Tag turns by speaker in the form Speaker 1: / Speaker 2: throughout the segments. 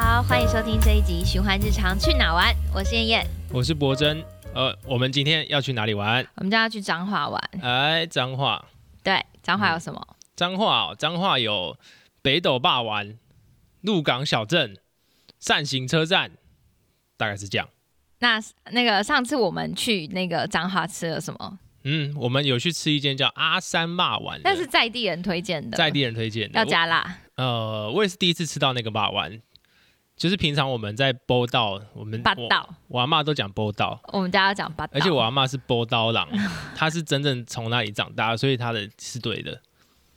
Speaker 1: 好，欢迎收听这一集《循环日常去哪玩》，我是燕燕。
Speaker 2: 我是博真。呃，我们今天要去哪里玩？
Speaker 1: 我们将要去彰化玩，
Speaker 2: 哎，彰化，
Speaker 1: 对，彰化有什么？
Speaker 2: 彰化哦，彰化有北斗霸湾、鹿港小镇、扇形车站，大概是这样。
Speaker 1: 那那个上次我们去那个彰化吃了什么？
Speaker 2: 嗯，我们有去吃一间叫阿三霸丸的，
Speaker 1: 那是在地人推荐的，
Speaker 2: 在地人推荐的。
Speaker 1: 要加辣，
Speaker 2: 我呃，我也是第一次吃到那个霸丸，就是平常我们在波道，我们
Speaker 1: 八
Speaker 2: 我
Speaker 1: 道，
Speaker 2: 我阿妈都讲波道，
Speaker 1: 我们家要讲八道。
Speaker 2: 而且我阿妈是波刀 郎，她是真正从那里长大，所以她的是对的。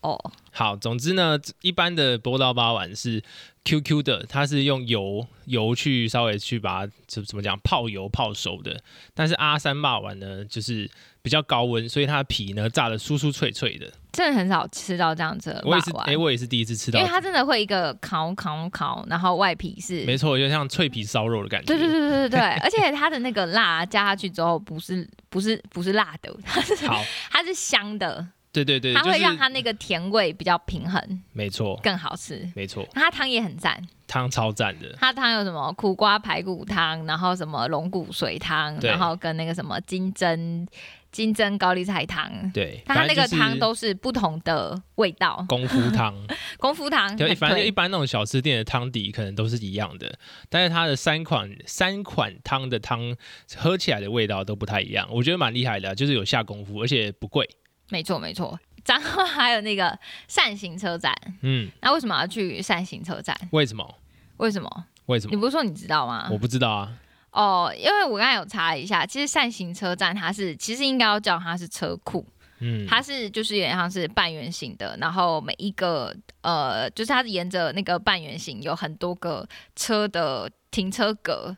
Speaker 1: 哦，
Speaker 2: 好，总之呢，一般的波刀八丸是 QQ 的，它是用油油去稍微去把它怎怎么讲泡油泡熟的。但是阿三霸丸呢，就是比较高温，所以它的皮呢炸的酥酥脆脆的。
Speaker 1: 真的很少吃到这样子的
Speaker 2: 我
Speaker 1: 霸
Speaker 2: 也是，
Speaker 1: 王
Speaker 2: 哎、我也是第一次吃
Speaker 1: 因
Speaker 2: 到
Speaker 1: 为，它真的会一个烤烤烤，然后外皮是，
Speaker 2: 没错，就像脆皮烧肉的感觉。
Speaker 1: 对对对对对 对，而且它的那个辣加下去之后，不是不是不是辣的，它是
Speaker 2: 好，
Speaker 1: 它是香的，
Speaker 2: 对对对，
Speaker 1: 它
Speaker 2: 就
Speaker 1: 会
Speaker 2: 是
Speaker 1: 让它那个甜味比较平衡，
Speaker 2: 没错，
Speaker 1: 更好吃。
Speaker 2: 没错，
Speaker 1: 它汤也很赞，
Speaker 2: 汤超赞的。
Speaker 1: 它汤有什么苦瓜排骨汤，然后什么龙骨水汤，
Speaker 2: 对
Speaker 1: 然后跟那个什么金针金针高丽菜汤，
Speaker 2: 对，
Speaker 1: 它
Speaker 2: 反
Speaker 1: 那
Speaker 2: 正
Speaker 1: 个
Speaker 2: 就是
Speaker 1: 汤都是不同的味道。
Speaker 2: 功夫汤。
Speaker 1: 功夫汤
Speaker 2: 就一
Speaker 1: 很
Speaker 2: 反正就一
Speaker 1: 推，
Speaker 2: 般那种小吃店的汤底可能都是一样的，但是它的三款三款汤的汤喝起来的味道都不太一样，我觉得蛮厉害的啊、就是有下功夫，而且不贵。
Speaker 1: 没错没错。然后还有那个扇形车站，
Speaker 2: 嗯，
Speaker 1: 那为什么要去扇形车站？
Speaker 2: 为什么？
Speaker 1: 为什么？
Speaker 2: 为什
Speaker 1: 你
Speaker 2: 么？
Speaker 1: 不是说你知道吗
Speaker 2: 我？不知道啊。
Speaker 1: 哦，因为我刚才有查了一下，其实扇形车站它是其实应该要叫它是车库，
Speaker 2: 嗯，
Speaker 1: 它是就是有点像是半圆形的，然后每一个呃，就是它是沿着那个半圆形有很多个车的停车格，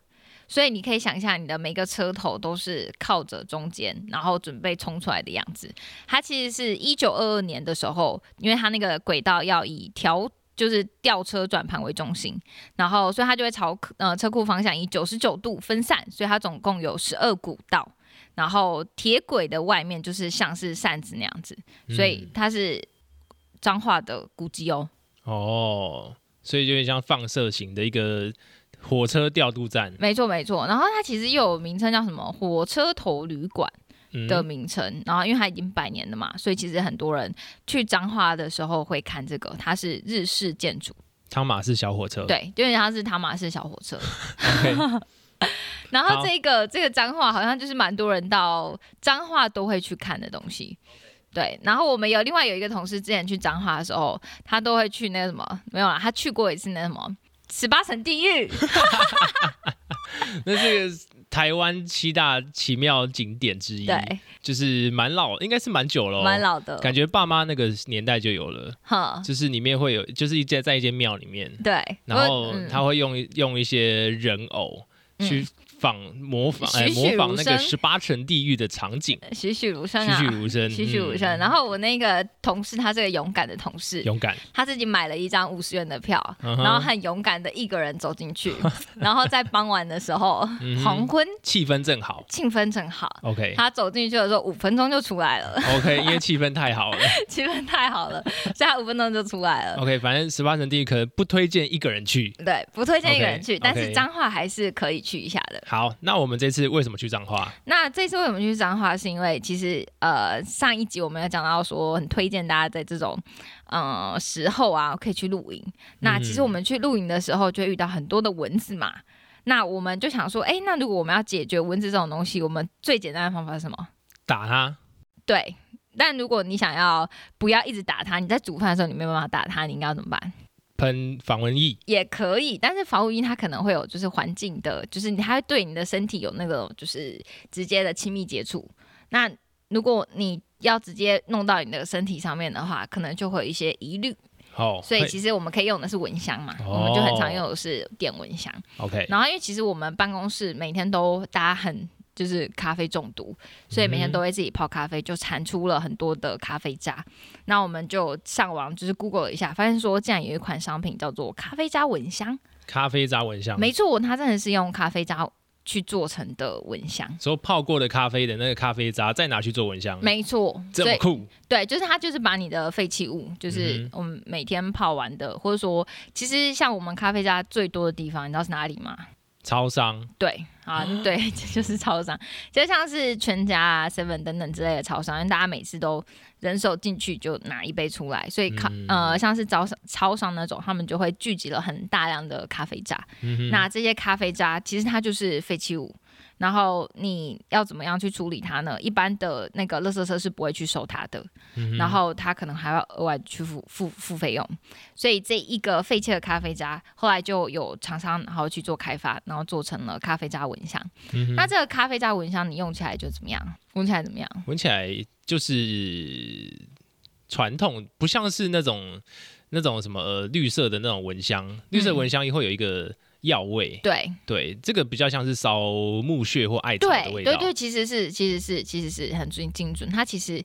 Speaker 1: 所以你可以想象你的每个车头都是靠着中间，然后准备冲出来的样子。它其实是一九二二年的时候，因为它那个轨道要以调。就是吊车转盘为中心，然后所以它就会朝呃车库方向以九十九度分散，所以它总共有十二股道。然后铁轨的外面就是像是扇子那样子，
Speaker 2: 嗯
Speaker 1: 所以它是彰化的古迹哦。
Speaker 2: 哦，所以有点像放射型的一个火车调度站
Speaker 1: 没错没错，然后它其实又有名称叫什么火车头旅馆
Speaker 2: 嗯
Speaker 1: 的名称，然后因为它已经百年了嘛，所以其实很多人去彰化的时候会看这个，它是日式建筑，
Speaker 2: 汤马士小火车。
Speaker 1: 对，有点像是汤马士小火车。
Speaker 2: OK，
Speaker 1: 然后
Speaker 2: 好
Speaker 1: 这个这个彰化好像就是蛮多人到彰化都会去看的东西。对，然后我们有另外有一个同事之前去彰化的时候，他都会去那个什么，没有啦，他去过一次那什么十八层地狱，
Speaker 2: 那这个台湾七大奇妙景点之一，
Speaker 1: 对，
Speaker 2: 就是蛮老，应该是蛮久了、
Speaker 1: 蛮。老的，
Speaker 2: 哦感觉爸妈那个年代就有了，
Speaker 1: 哈，
Speaker 2: 就是里面会有，就是一间在一间庙里面，
Speaker 1: 对，
Speaker 2: 然
Speaker 1: 我
Speaker 2: 后
Speaker 1: 嗯
Speaker 2: 他会用用一些人偶去仿模仿，哎，
Speaker 1: 栩栩
Speaker 2: 模
Speaker 1: 如
Speaker 2: 仿那
Speaker 1: 生
Speaker 2: 个十八层地狱的场景，
Speaker 1: 栩栩如生
Speaker 2: 栩
Speaker 1: 啊
Speaker 2: 栩。如生，
Speaker 1: 栩栩如
Speaker 2: 嗯
Speaker 1: 生。然后我那个同事，他是个勇敢的同事，
Speaker 2: 勇敢，
Speaker 1: 他自己买了一张五十元的票，
Speaker 2: 然
Speaker 1: 然后很勇敢的一个人走进 去，然后在傍晚的时候，
Speaker 2: 嗯哼
Speaker 1: 黄昏
Speaker 2: 气氛正好
Speaker 1: 气氛正好，
Speaker 2: ，OK
Speaker 1: 他走进去的时候，五分钟就出来了，
Speaker 2: OK，因为气氛太好了
Speaker 1: 气氛太好 了，所以他五分钟就出来了。
Speaker 2: ，OK，反正十八层地狱可能不推荐一个人去。
Speaker 1: 对，不推荐一个人去
Speaker 2: OK，
Speaker 1: 但是
Speaker 2: OK
Speaker 1: 彰化还是可以去一下的。
Speaker 2: 好，那我们这次为什么去彰化？
Speaker 1: 那这次为什么去彰化？是因为其实呃上一集我们有讲到说，很推荐大家在这种呃时候啊可以去露营。那其实我们去露营的时候，就会遇到很多的蚊子嘛。那我们就想说，哎，那如果我们要解决蚊子这种东西，我们最简单的方法是什么？
Speaker 2: 打他，
Speaker 1: 对。但如果你想要不要一直打它，你在煮饭的时候你没有办法打它，你应该要怎么办？
Speaker 2: 喷防蚊液，
Speaker 1: 也可以，但是防护衣它可能会有就是环境的，就是你它会对你的身体有那个就是直接的亲密接触。那如果你要直接弄到你的身体上面的话，可能就会有一些疑虑。
Speaker 2: 哦，
Speaker 1: 所以
Speaker 2: 嘿
Speaker 1: 其实我们可以用的是蚊香嘛，
Speaker 2: 哦
Speaker 1: 我们就很常用的是点蚊香。
Speaker 2: OK，
Speaker 1: 然后因为其实我们办公室每天都大家很就是咖啡中毒，所以每天都会自己泡咖啡，就产出了很多的咖啡渣。那我们就上网就是 Google 了一下，发现说竟然有一款商品叫做咖啡渣蚊香。
Speaker 2: 咖啡渣蚊香，
Speaker 1: 没错，它真的是用咖啡渣去做成的蚊香。
Speaker 2: 所以泡过的咖啡的那个咖啡渣，再拿去做蚊香，
Speaker 1: 没错，
Speaker 2: 嗯这
Speaker 1: 所
Speaker 2: 么
Speaker 1: 以
Speaker 2: 酷，
Speaker 1: 对，就是它就是把你的废弃物，就是
Speaker 2: 嗯
Speaker 1: 我们每天泡完的，或者说，其实像我们咖啡渣最多的地方，你知道是哪里吗？
Speaker 2: 超商
Speaker 1: 对啊，对， 这就是超商，就像是全家啊、seven 等等之类的超商，因为大家每次都人手进去就拿一杯出来，所以咖、
Speaker 2: 嗯
Speaker 1: 呃像是早上超商那种，他们就会聚集了很大量的咖啡渣。那这些咖啡渣其实它就是废弃物，然后你要怎么样去处理它呢？一般的那个垃圾车是不会去收它的，
Speaker 2: 嗯
Speaker 1: 然后它可能还要额外去付付付费用。所以这一个废弃的咖啡渣，后来就有厂商然后去做开发，然后做成了咖啡渣蚊香。那这个咖啡渣蚊香你用起来就怎么样？闻起来怎么样？
Speaker 2: 闻起来就是传统，不像是那种那种什么、呃、绿色的那种蚊香，绿色蚊香会有一个药味，
Speaker 1: 对
Speaker 2: 对，这个比较像是烧木屑或艾草的
Speaker 1: 对
Speaker 2: 味道，
Speaker 1: 对对，其实是其实是其实是很精精准，它其实。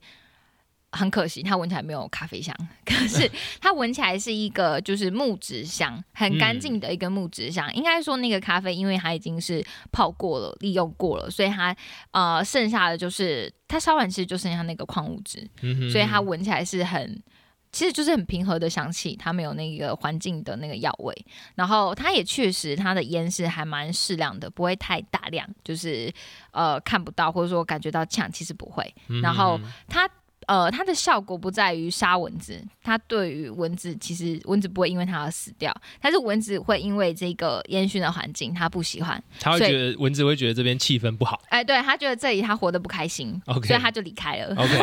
Speaker 1: 很可惜，它闻起来没有咖啡香，可 是它闻起来是一个就是木质香，很
Speaker 2: 嗯
Speaker 1: 干净的一个木质香。应该说那个咖啡，因为它已经是泡过了、利用过了，所以它呃剩下的就是它烧完其实就剩下那个矿物质，
Speaker 2: 嗯哼
Speaker 1: 所以它闻起来是很，其实就是很平和的香气，它没有那个环境的那个药味。然后它也确实，它的烟是还蛮适量的，不会太大量，就是呃看不到或者说感觉到呛，其实不会。
Speaker 2: 嗯
Speaker 1: 然后它。呃，它的效果不在于杀蚊子，它对于蚊子其实蚊子不会因为它而死掉，但是蚊子会因为这个烟熏的环境它不喜欢，
Speaker 2: 他会
Speaker 1: 所以
Speaker 2: 觉得蚊子会觉得这边气氛不 好
Speaker 1: 哎、对它觉得这里它活得不开心
Speaker 2: OK
Speaker 1: 所以它就离开了。
Speaker 2: ，OK，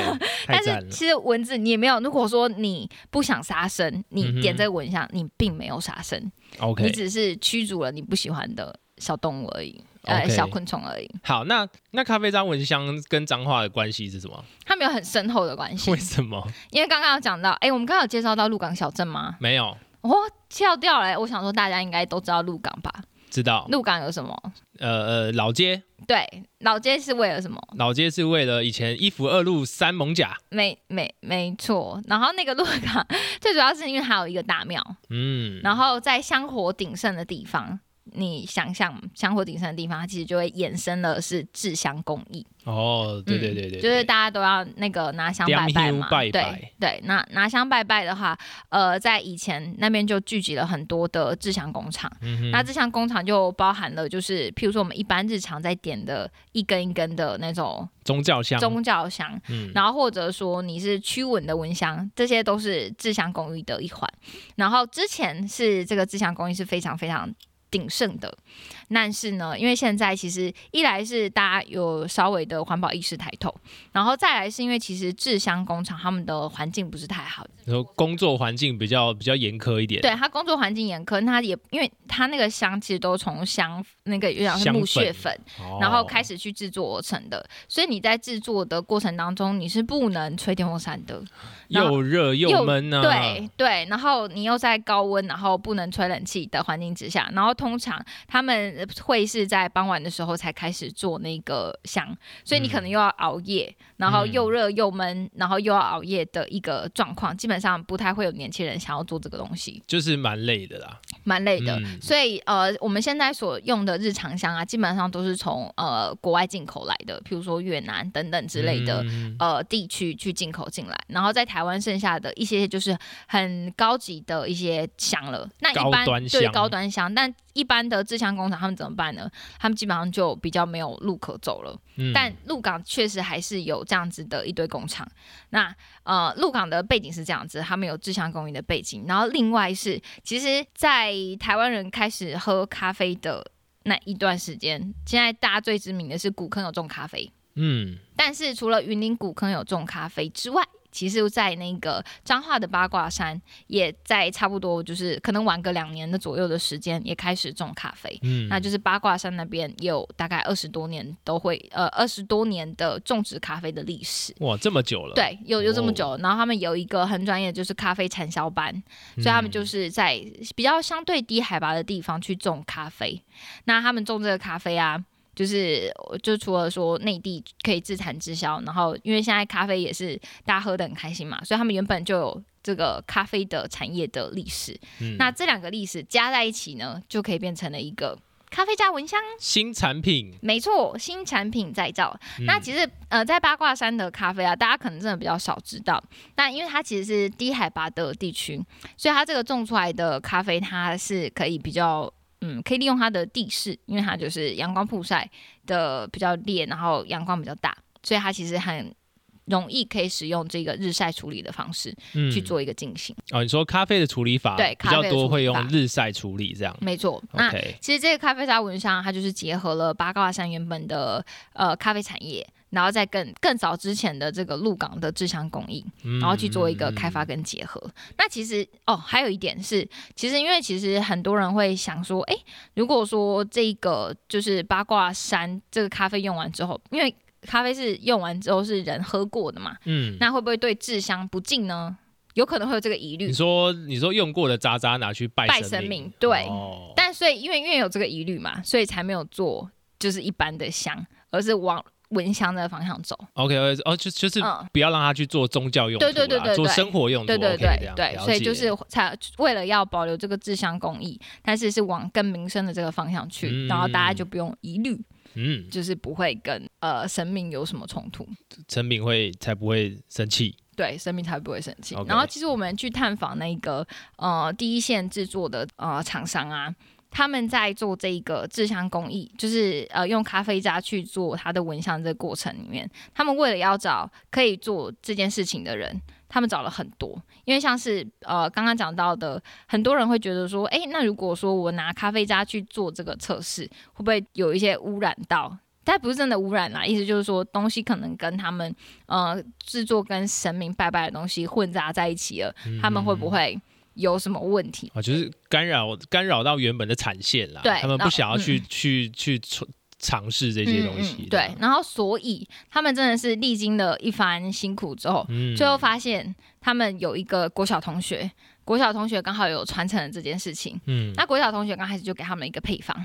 Speaker 2: 太
Speaker 1: 但
Speaker 2: 赞
Speaker 1: 是
Speaker 2: 了，
Speaker 1: 其实蚊子你也没有，如果说你不想杀生，
Speaker 2: 嗯
Speaker 1: 你点这个蚊香，你并没有杀生，你
Speaker 2: OK，
Speaker 1: 只是驱逐了你不喜欢的小动物而已，呃，
Speaker 2: OK
Speaker 1: 小昆虫而已，
Speaker 2: 好，那那咖啡渣蚊香跟脏话的关系是什 么？
Speaker 1: 它没有很深厚的关系
Speaker 2: 为。什么
Speaker 1: 因为刚刚有讲到，哎、我们刚刚有介绍到鹿港小镇吗？
Speaker 2: 没有
Speaker 1: 哦，跳掉了、我想说大家应该都知道鹿港吧？
Speaker 2: 知道？
Speaker 1: 鹿港有什么？
Speaker 2: 呃呃，老街
Speaker 1: 对，老街是为了什么？
Speaker 2: 老街是为了以前一府二路三艋甲，
Speaker 1: 没没没错。然后那个鹿港 最主要是因为还有一个大庙，
Speaker 2: 嗯，
Speaker 1: 然后在香火鼎盛的地方，你想象香火鼎盛的地方，它其实就会衍生的是制香工艺。嗯
Speaker 2: 哦，对对对对，
Speaker 1: 就是
Speaker 2: 对
Speaker 1: 大家都要那个拿香拜拜嘛，
Speaker 2: 点香拜拜
Speaker 1: 对对，拿拿香拜拜的话，呃，在以前那边就聚集了很多的制香工厂。
Speaker 2: 嗯哼
Speaker 1: 那制香工厂就包含了，就是譬如说我们一般日常在点的一根一根的那种
Speaker 2: 宗教香，
Speaker 1: 宗教香，
Speaker 2: 嗯
Speaker 1: 然后或者说你是驱蚊的蚊香，这些都是制香工艺的一环。然后之前是这个制香工艺是非常非常鼎盛的，但是呢，因为现在其实一来是大家有稍微的环保意识抬头，然后再来是因为其实制香工厂他们的环境不是太好，
Speaker 2: 然后工作环境比较比较严苛一点，
Speaker 1: 对他工作环境严苛，那他也因为他那个香其实都从香那个有点像是
Speaker 2: 香
Speaker 1: 木屑
Speaker 2: 粉
Speaker 1: 粉
Speaker 2: 哦，
Speaker 1: 然后开始去制作而成的，所以你在制作的过程当中，你是不能吹电风扇的。然后
Speaker 2: 又热又闷啊，
Speaker 1: 对对，然后你又在高温，然后不能吹冷气的环境之下，然后通常他们会是在傍晚的时候才开始做那个香，所以你可能又要熬夜，然后又热又闷，然后又要熬夜的一个状况，基本上不太会有年轻人想要做这个东西，
Speaker 2: 就是蛮累的啦，
Speaker 1: 蛮累的。
Speaker 2: 嗯
Speaker 1: 所以呃，我们现在所用的日常香啊，基本上都是从呃国外进口来的，譬如说越南等等之类的。
Speaker 2: 嗯
Speaker 1: 呃地区去进口进来，然后在台湾剩下的一些就是很高级的一些香了。那一
Speaker 2: 高
Speaker 1: 般
Speaker 2: 端香
Speaker 1: 对高端香，但一般的制香工厂他们怎么办呢？他们基本上就比较没有路可走了。
Speaker 2: 嗯
Speaker 1: 但鹿港确实还是有这样子的一堆工厂。那呃，鹿港的背景是这样子，他们有制香工艺的背景，然后另外是，其实，在台湾人开始喝咖啡的那一段时间，现在大家最知名的是古坑有种咖啡。
Speaker 2: 嗯
Speaker 1: 但是除了云林古坑有种咖啡之外，其实，在那个彰化的八卦山，也在差不多就是可能晚个两年的左右的时间，也开始种咖啡。
Speaker 2: 嗯，
Speaker 1: 那就是八卦山那边也有大概二十多年都会呃二十多年的种植咖啡的历史。
Speaker 2: 哇这么久了，
Speaker 1: 对，有有这么
Speaker 2: 哦
Speaker 1: 久，然后他们有一个很专业的就是咖啡产销班，
Speaker 2: 嗯，
Speaker 1: 所以他们就是在比较相对低海拔的地方去种咖啡。那他们种这个咖啡啊，就是就除了说内地可以自产自销，然后因为现在咖啡也是大家喝的很开心嘛，所以他们原本就有这个咖啡的产业的历史。
Speaker 2: 嗯
Speaker 1: 那这两个历史加在一起呢，就可以变成了一个。咖啡加蚊香。
Speaker 2: 新产品，
Speaker 1: 没错，新产品再造。
Speaker 2: 嗯
Speaker 1: 那其实呃，在八卦山的咖啡啊，大家可能真的比较少知道。那因为它其实是低海拔的地区，所以它这个种出来的咖啡，它是可以比较嗯，可以利用它的地势，因为它就是阳光曝晒的比较烈，然后阳光比较大，所以它其实很容易可以使用这个日晒处理的方式
Speaker 2: 嗯
Speaker 1: 去做一个进行。
Speaker 2: 哦，你说咖啡的处理法
Speaker 1: 对
Speaker 2: 比
Speaker 1: 咖
Speaker 2: 较
Speaker 1: 啡的处理
Speaker 2: 多会用
Speaker 1: 法
Speaker 2: 日晒处理这样
Speaker 1: 没错，那
Speaker 2: ，OK，
Speaker 1: 其实这个咖啡沙文商，它就是结合了八卦山原本的呃咖啡产业，然后在更更早之前的这个鹿港的制香工艺，
Speaker 2: 嗯
Speaker 1: 然后去做一个开发
Speaker 2: 嗯
Speaker 1: 跟结合。那其实哦，还有一点是，其实因为其实很多人会想说，诶，如果说这个就是八卦山这个咖啡用完之后，因为咖啡是用完之后是人喝过的嘛，
Speaker 2: 嗯，
Speaker 1: 那会不会对制香不敬呢？有可能会有这个疑虑
Speaker 2: 你。说你说用过的渣渣拿去拜
Speaker 1: 拜
Speaker 2: 神
Speaker 1: 神
Speaker 2: 明，
Speaker 1: 明对
Speaker 2: 哦
Speaker 1: 但所以因为因为有这个疑虑嘛，所以才没有做就是一般的香，而是往蚊香的方向走。
Speaker 2: ，OK，哦，就就是
Speaker 1: 嗯
Speaker 2: 不要让他去做宗教用途啦，
Speaker 1: 对对对对
Speaker 2: 做
Speaker 1: 对
Speaker 2: 生活用途
Speaker 1: 对对
Speaker 2: ，OK，这
Speaker 1: 对
Speaker 2: 样，
Speaker 1: 对，
Speaker 2: 了
Speaker 1: 所以就
Speaker 2: 解
Speaker 1: 是才为了要保留这个制香工艺，但是是往更民生的这个方向去，
Speaker 2: 嗯
Speaker 1: 然后大家就不用疑虑，
Speaker 2: 嗯，
Speaker 1: 就是不会跟呃神明有什么冲突。
Speaker 2: 陈敏会才不会生气，
Speaker 1: 对，神明才不会生气。
Speaker 2: OK
Speaker 1: 然后其实我们去探访那个呃第一线制作的呃厂商啊，他们在做这个制香工艺，就是呃用咖啡渣去做它的蚊香这个过程里面，他们为了要找可以做这件事情的人。他们找了很多，因为像是呃刚刚讲到的，很多人会觉得说，诶，那如果说我拿咖啡渣去做这个测试，会不会有一些污染到？但不是真的污染啦，意思就是说东西可能跟他们呃制作跟神明拜拜的东西混杂在一起了，他们会不会有什么问题？
Speaker 2: 啊，嗯就是干扰干扰到原本的产线啦，
Speaker 1: 对
Speaker 2: 他们
Speaker 1: 那
Speaker 2: 不想要
Speaker 1: 嗯
Speaker 2: 去去去尝尝试这些东
Speaker 1: 嗯
Speaker 2: 西，
Speaker 1: 嗯对，，然后所以他们真的是历经了一番辛苦之后，
Speaker 2: 嗯
Speaker 1: 最后发现他们有一个国小同学，国小同学刚好有传承了这件事情。
Speaker 2: 嗯
Speaker 1: 那国小同学刚开始就给他们一个配方，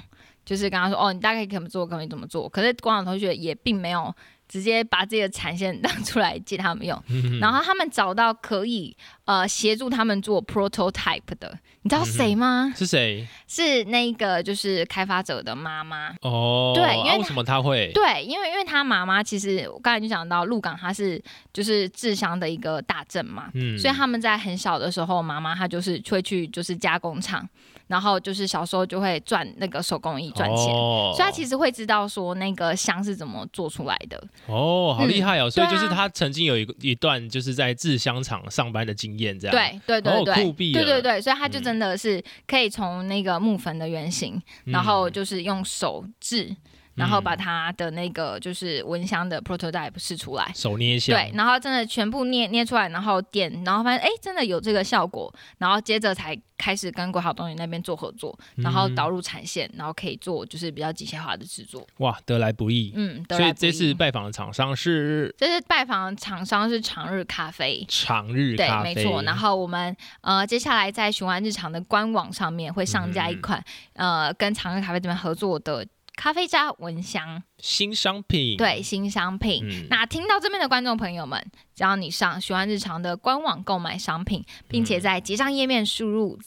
Speaker 1: 就是跟他说：“哦，你大概可以怎么做，可以怎么做。”可是国小同学也并没有直接把自己的产线让出来借他们用，然后他们找到可以呃协助他们做 prototype 的，你知道谁吗？
Speaker 2: 是谁？
Speaker 1: 是那个就是开发者的妈妈。
Speaker 2: 哦，
Speaker 1: 对因为
Speaker 2: 啊
Speaker 1: 他
Speaker 2: 为什么他会？
Speaker 1: 对，因为因为他妈妈其实我刚才就讲到鹿港，它是就是制香的一个大镇嘛，
Speaker 2: 嗯
Speaker 1: 所以他们在很小的时候，妈妈她就是会去就是加工厂，然后就是小时候就会赚那个手工艺赚钱，
Speaker 2: 哦、
Speaker 1: 所以她其实会知道说那个香是怎么做出来的。
Speaker 2: 哦，好厉害哦！所以
Speaker 1: 对
Speaker 2: 就
Speaker 1: 啊
Speaker 2: 是他曾经有一个一段就是在制香厂上班的经验，这样，
Speaker 1: 对对对
Speaker 2: 哦
Speaker 1: 对，
Speaker 2: 酷毙
Speaker 1: 对
Speaker 2: 了
Speaker 1: 对对，所以他就
Speaker 2: 嗯
Speaker 1: 真的是可以从那个木粉的原型，
Speaker 2: 嗯
Speaker 1: 然后就是用手制，然后把它的那个就是蚊香的 prototype 试出来。
Speaker 2: 手捏香，
Speaker 1: 对，然后真的全部捏捏出来，然后点，然后发现哎，诶真的有这个效果，然后接着才开始跟国好东西那边做合作，然后导入产线，然后可以做就是比较机械化的制作。
Speaker 2: 哇，得来不易。
Speaker 1: 嗯，得
Speaker 2: 所
Speaker 1: 来
Speaker 2: 以
Speaker 1: 不易
Speaker 2: 这次拜访的厂商是
Speaker 1: 这次拜访厂商是长日咖啡，
Speaker 2: 长日
Speaker 1: 对
Speaker 2: 咖，啡，
Speaker 1: 没错。然后我们呃，接下来在循环日常的官网上面会上架一
Speaker 2: 嗯
Speaker 1: 款、呃，跟长日咖啡这边合作的咖啡加蚊香，
Speaker 2: 新商品，
Speaker 1: 对，新商品。
Speaker 2: 嗯
Speaker 1: 那听到这边的观众朋友们，只要你上循环日常的官网购买商品，并
Speaker 2: 嗯
Speaker 1: 且在结账页面输入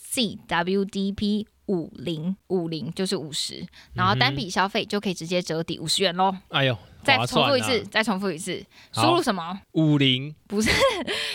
Speaker 1: ZWDP 五零五零，就是五十，然后单笔消费就可以直接折抵五十元喽。
Speaker 2: 哎呦，
Speaker 1: 再
Speaker 2: 嗯划
Speaker 1: 重
Speaker 2: 算
Speaker 1: 复一
Speaker 2: 啊
Speaker 1: 次，，再重复一次，输
Speaker 2: 好
Speaker 1: 入什么？
Speaker 2: 五零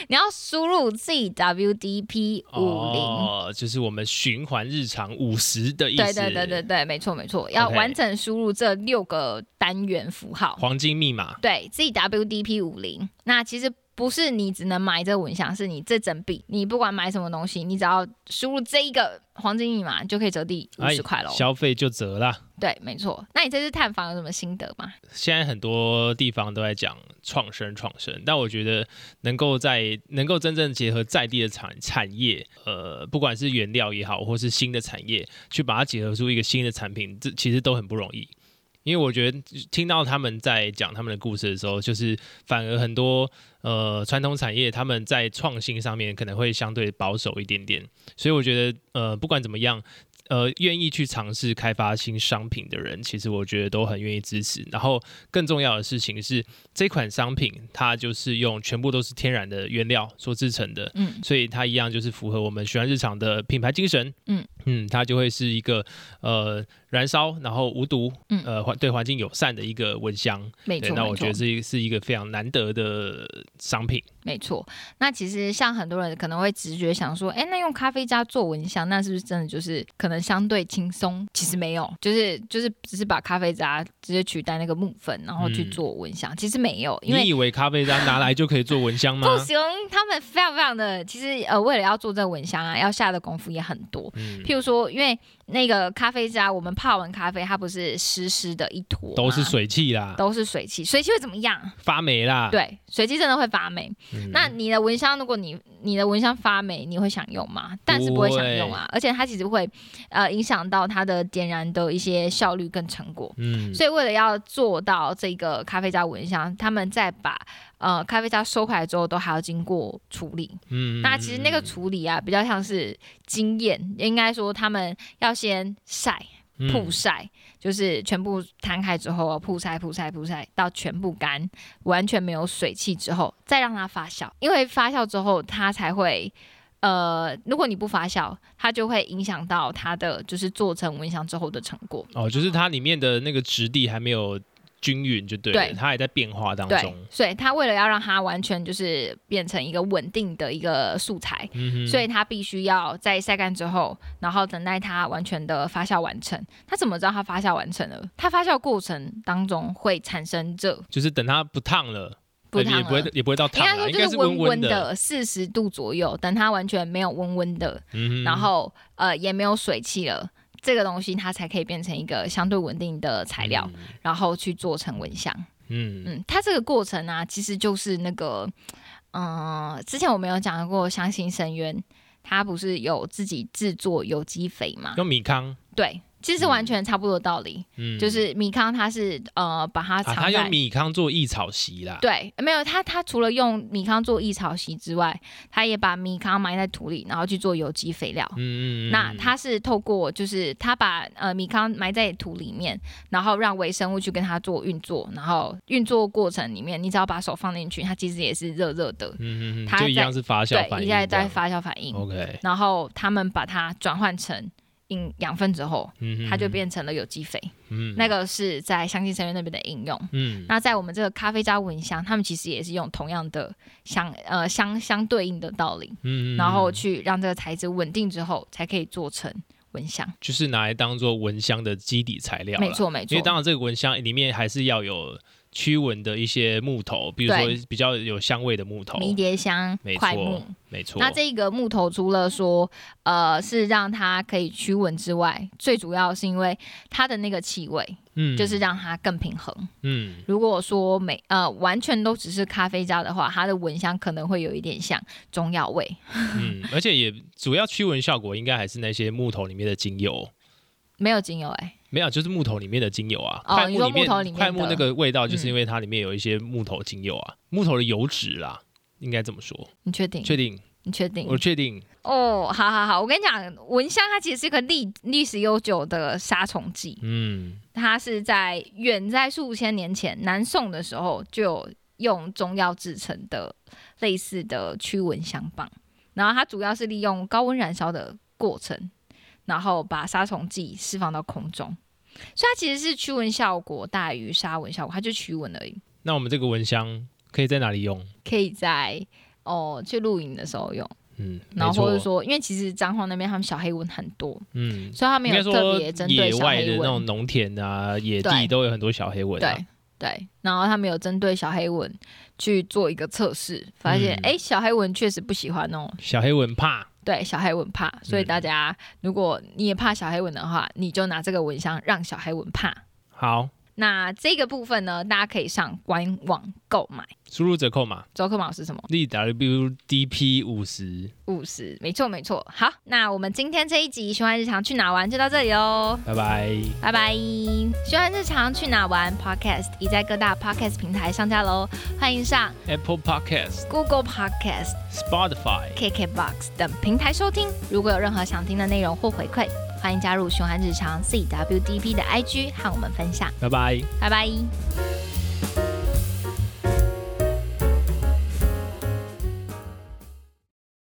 Speaker 1: 你要输入 ZWDP 五零、
Speaker 2: 哦，就是我们循环日常五十的意思，
Speaker 1: 对对对对，对，没错没错，要
Speaker 2: OK
Speaker 1: 完整输入这六个单元符号。
Speaker 2: 黄金密码，
Speaker 1: 对，ZWDP 五零。那其实不是你只能买这蚊香，是你这整笔，你不管买什么东西，你只要输入这一个黄金密码，你就可以折抵五
Speaker 2: 哎
Speaker 1: 十块喽。
Speaker 2: 消费就折啦。
Speaker 1: 对，没错。那你这次探访有什么心得 吗？
Speaker 2: 现在很多地方都在讲创生，创生，但我觉得能够在能够真正结合在地的产产业，呃，不管是原料也好，或是新的产业，去把它结合出一个新的产品，这其实都很不容易。因为我觉得听到他们在讲他们的故事的时候，就是反而很多呃传统产业他们在创新上面可能会相对保守一点点，所以我觉得呃不管怎么样，呃愿意去尝试开发新商品的人，其实我觉得都很愿意支持。然后更重要的事情是，这款商品它就是用全部都是天然的原料所制成的，
Speaker 1: 嗯
Speaker 2: 所以它一样就是符合我们喜欢日常的品牌精神。
Speaker 1: 嗯
Speaker 2: 嗯，它就会是一个呃燃烧，然后无毒，
Speaker 1: 嗯
Speaker 2: 呃环对环境友善的一个蚊香。
Speaker 1: 没
Speaker 2: 对，
Speaker 1: 错，
Speaker 2: 那
Speaker 1: 没
Speaker 2: 我觉
Speaker 1: 错
Speaker 2: 得。这是一个非常难得的商品。
Speaker 1: 没错，那其实像很多人可能会直觉想说，哎，那用咖啡渣做蚊香，那是不是真的就是可能相对轻松？其实没有，就是就是只是把咖啡渣直接取代那个木粉，然后去
Speaker 2: 嗯
Speaker 1: 做蚊香，其实没有，因为
Speaker 2: 你以为咖啡渣拿来就可以做蚊香
Speaker 1: 不
Speaker 2: 吗？
Speaker 1: 行，他们非常非常的，其实呃，为了要做这个蚊香啊，要下的功夫也很多。
Speaker 2: 嗯，
Speaker 1: 譬如说，因为那个咖啡渣，我们泡完咖啡，它不是湿湿的一坨吗，
Speaker 2: 都是水啊汽啦，
Speaker 1: 啊都是水汽，水汽会怎么样？
Speaker 2: 发霉啦。
Speaker 1: 对，水汽真的会发霉。
Speaker 2: 嗯，
Speaker 1: 那你的蚊香，如果你你的蚊香发霉，你会想用吗？但是不会想用啊，而且它其实会呃影响到它的点燃的一些效率跟成果。
Speaker 2: 嗯，
Speaker 1: 所以为了要做到这个咖啡渣蚊香，他们再把呃咖啡渣收回来之后，都还要经过处理。
Speaker 2: 嗯
Speaker 1: 那其实那个处理啊，比较像是经验，应该说他们要先晒
Speaker 2: 嗯
Speaker 1: 曝晒，就是全部摊开之后啊，曝晒曝晒曝晒到全部干，完全没有水汽之后，再让它发酵，因为发酵之后它才会。呃，如果你不发酵，它就会影响到它的就是做成蚊香之后的成果。
Speaker 2: 哦，就是它里面的那个质地还没有均匀，就对了，
Speaker 1: 对
Speaker 2: 它还在变化当
Speaker 1: 对
Speaker 2: 中。，
Speaker 1: 所以它为了要让它完全就是变成一个稳定的一个素材，
Speaker 2: 嗯哼，
Speaker 1: 所以它必须要在晒干之后，然后等待它完全的发酵完成。它怎么知道它发酵完成了？它发酵过程当中会产生热，
Speaker 2: 就是等它不烫了，
Speaker 1: 不
Speaker 2: 呃
Speaker 1: 烫
Speaker 2: 也不
Speaker 1: 了
Speaker 2: 会。也不会到
Speaker 1: 应
Speaker 2: 烫
Speaker 1: 该
Speaker 2: 啦，
Speaker 1: 说
Speaker 2: 应
Speaker 1: 就
Speaker 2: 该
Speaker 1: 是
Speaker 2: 温
Speaker 1: 温
Speaker 2: 的，
Speaker 1: 的四十度左右，等它完全没有温温的，
Speaker 2: 嗯哼
Speaker 1: 然后呃也没有水汽了，这个东西它才可以变成一个相对稳定的材料，，然后去做成蚊香。
Speaker 2: 嗯嗯
Speaker 1: 嗯，它这个过程啊，其实就是那个，嗯、之前我们有讲过《相信深渊》，它不是有自己制作有机肥嘛？
Speaker 2: 用米糠，
Speaker 1: 对，其实完全差不多的道理。
Speaker 2: 嗯，
Speaker 1: 就是米糠，它是呃把它
Speaker 2: 啊，
Speaker 1: 藏
Speaker 2: 它
Speaker 1: 在、
Speaker 2: 用米糠做易草席啦，
Speaker 1: 对，没有它它除了用米糠做易草席之外，它也把米糠埋在土里，然后去做有机肥料。
Speaker 2: 嗯，嗯嗯，
Speaker 1: 那
Speaker 2: 嗯
Speaker 1: 它是透过，就是它把呃米糠埋在土里面，然后让微生物去跟它做运作，然后运作过程里面，你只要把手放进去，它其实也是热热的，
Speaker 2: 嗯嗯嗯，
Speaker 1: 它
Speaker 2: 就一
Speaker 1: 在
Speaker 2: 样是发酵
Speaker 1: 对，
Speaker 2: 反
Speaker 1: 一
Speaker 2: 应
Speaker 1: 下
Speaker 2: 这
Speaker 1: 在
Speaker 2: 样
Speaker 1: 发酵反应，
Speaker 2: ，OK，
Speaker 1: 然后他们把它转换成营养分之后，
Speaker 2: 嗯，
Speaker 1: 它就
Speaker 2: 嗯
Speaker 1: 变成了有机肥。
Speaker 2: 嗯
Speaker 1: 那个是在香精成员那边的应用。
Speaker 2: 嗯
Speaker 1: 那在我们这个咖啡渣蚊香，他们其实也是用同样的相呃相相对应的道理，
Speaker 2: 嗯，嗯
Speaker 1: 然后
Speaker 2: 嗯
Speaker 1: 去让这个材质稳定之后，才可以做成蚊香。
Speaker 2: 就是拿来当做蚊香的基底材料，
Speaker 1: 没，错，没
Speaker 2: 因
Speaker 1: 错
Speaker 2: 为。当然这个蚊香里面还是要有驱蚊的一些木头，比如说
Speaker 1: 对
Speaker 2: 比较有香味的木头，
Speaker 1: 迷迭香
Speaker 2: 没、
Speaker 1: 块
Speaker 2: 错
Speaker 1: 木，
Speaker 2: 没错，
Speaker 1: 那这个木头除了说，呃，是让它可以驱蚊之外，最主要是因为它的那个气味，
Speaker 2: 嗯
Speaker 1: 就是让它更平衡。
Speaker 2: 嗯
Speaker 1: 如果说每呃完全都只是咖啡渣的话，它的蚊香可能会有一点像中药味，
Speaker 2: 嗯，而且也主要驱蚊效果应该还是那些木头里面的精油。
Speaker 1: 没有精油哎、
Speaker 2: 没有，就是木头里面的精油啊。
Speaker 1: 哦
Speaker 2: 块
Speaker 1: 你
Speaker 2: 木
Speaker 1: 说
Speaker 2: 里面，
Speaker 1: 木头里面的
Speaker 2: 块木那个味道，就是
Speaker 1: 嗯
Speaker 2: 因为它里面有一些木头精油啊，木头的油脂啦，应该这么说。
Speaker 1: 你确定？
Speaker 2: 确定？
Speaker 1: 你确定
Speaker 2: 我？确定。
Speaker 1: 哦，好好好，我跟你讲，蚊香它其实是一个历历史悠久的杀虫剂，
Speaker 2: 嗯
Speaker 1: 它是在远在数千年前南宋的时候就有用中药制成的类似的驱蚊香棒，然后它主要是利用高温燃烧的过程，然后把杀虫剂释放到空中，所以它其实是驱蚊效果大于杀蚊效果，它就驱蚊而已。
Speaker 2: 那我们这个蚊香可以在哪里用？
Speaker 1: 可以在哦去露营的时候用，
Speaker 2: 嗯，
Speaker 1: 然后
Speaker 2: 没错
Speaker 1: 或者说，因为其实彰化那边他们小黑蚊很多，
Speaker 2: 嗯，
Speaker 1: 所以他们
Speaker 2: 应该
Speaker 1: 有特
Speaker 2: 说
Speaker 1: 别针对
Speaker 2: 野
Speaker 1: 小
Speaker 2: 外
Speaker 1: 黑
Speaker 2: 的那种
Speaker 1: 蚊，
Speaker 2: 农田啊、野地
Speaker 1: 对
Speaker 2: 都有很多小黑蚊、啊。
Speaker 1: 对对，然后他们有针对小黑蚊去做一个测试，发现
Speaker 2: 嗯
Speaker 1: 哎、诶小黑蚊确实不喜欢哦，
Speaker 2: 小黑蚊怕。
Speaker 1: 对小黑蚊怕，所以
Speaker 2: 嗯
Speaker 1: 大家、如果你也怕小黑蚊的话，你就拿这个蚊香让小黑蚊怕。
Speaker 2: 好，
Speaker 1: 那这个部分呢，大家可以上官网购买。
Speaker 2: 输入折扣码
Speaker 1: 周克码是什么？
Speaker 2: DWDP 五十，
Speaker 1: 五十，没错没错。好，那我们今天这一集《循环日常去哪玩》就到这里喽。
Speaker 2: 拜拜。
Speaker 1: 拜拜！喜欢日常去哪玩 Podcast 已在各大 Podcast 平台上架喽，欢迎上
Speaker 2: Apple Podcast、
Speaker 1: Google Podcast、
Speaker 2: Spotify，
Speaker 1: KKBox 等平台收听。如果有任何想听的内容或回馈，欢迎加入循环日常 CWDP 的 IG 和我们分享。
Speaker 2: 拜拜。
Speaker 1: 拜拜！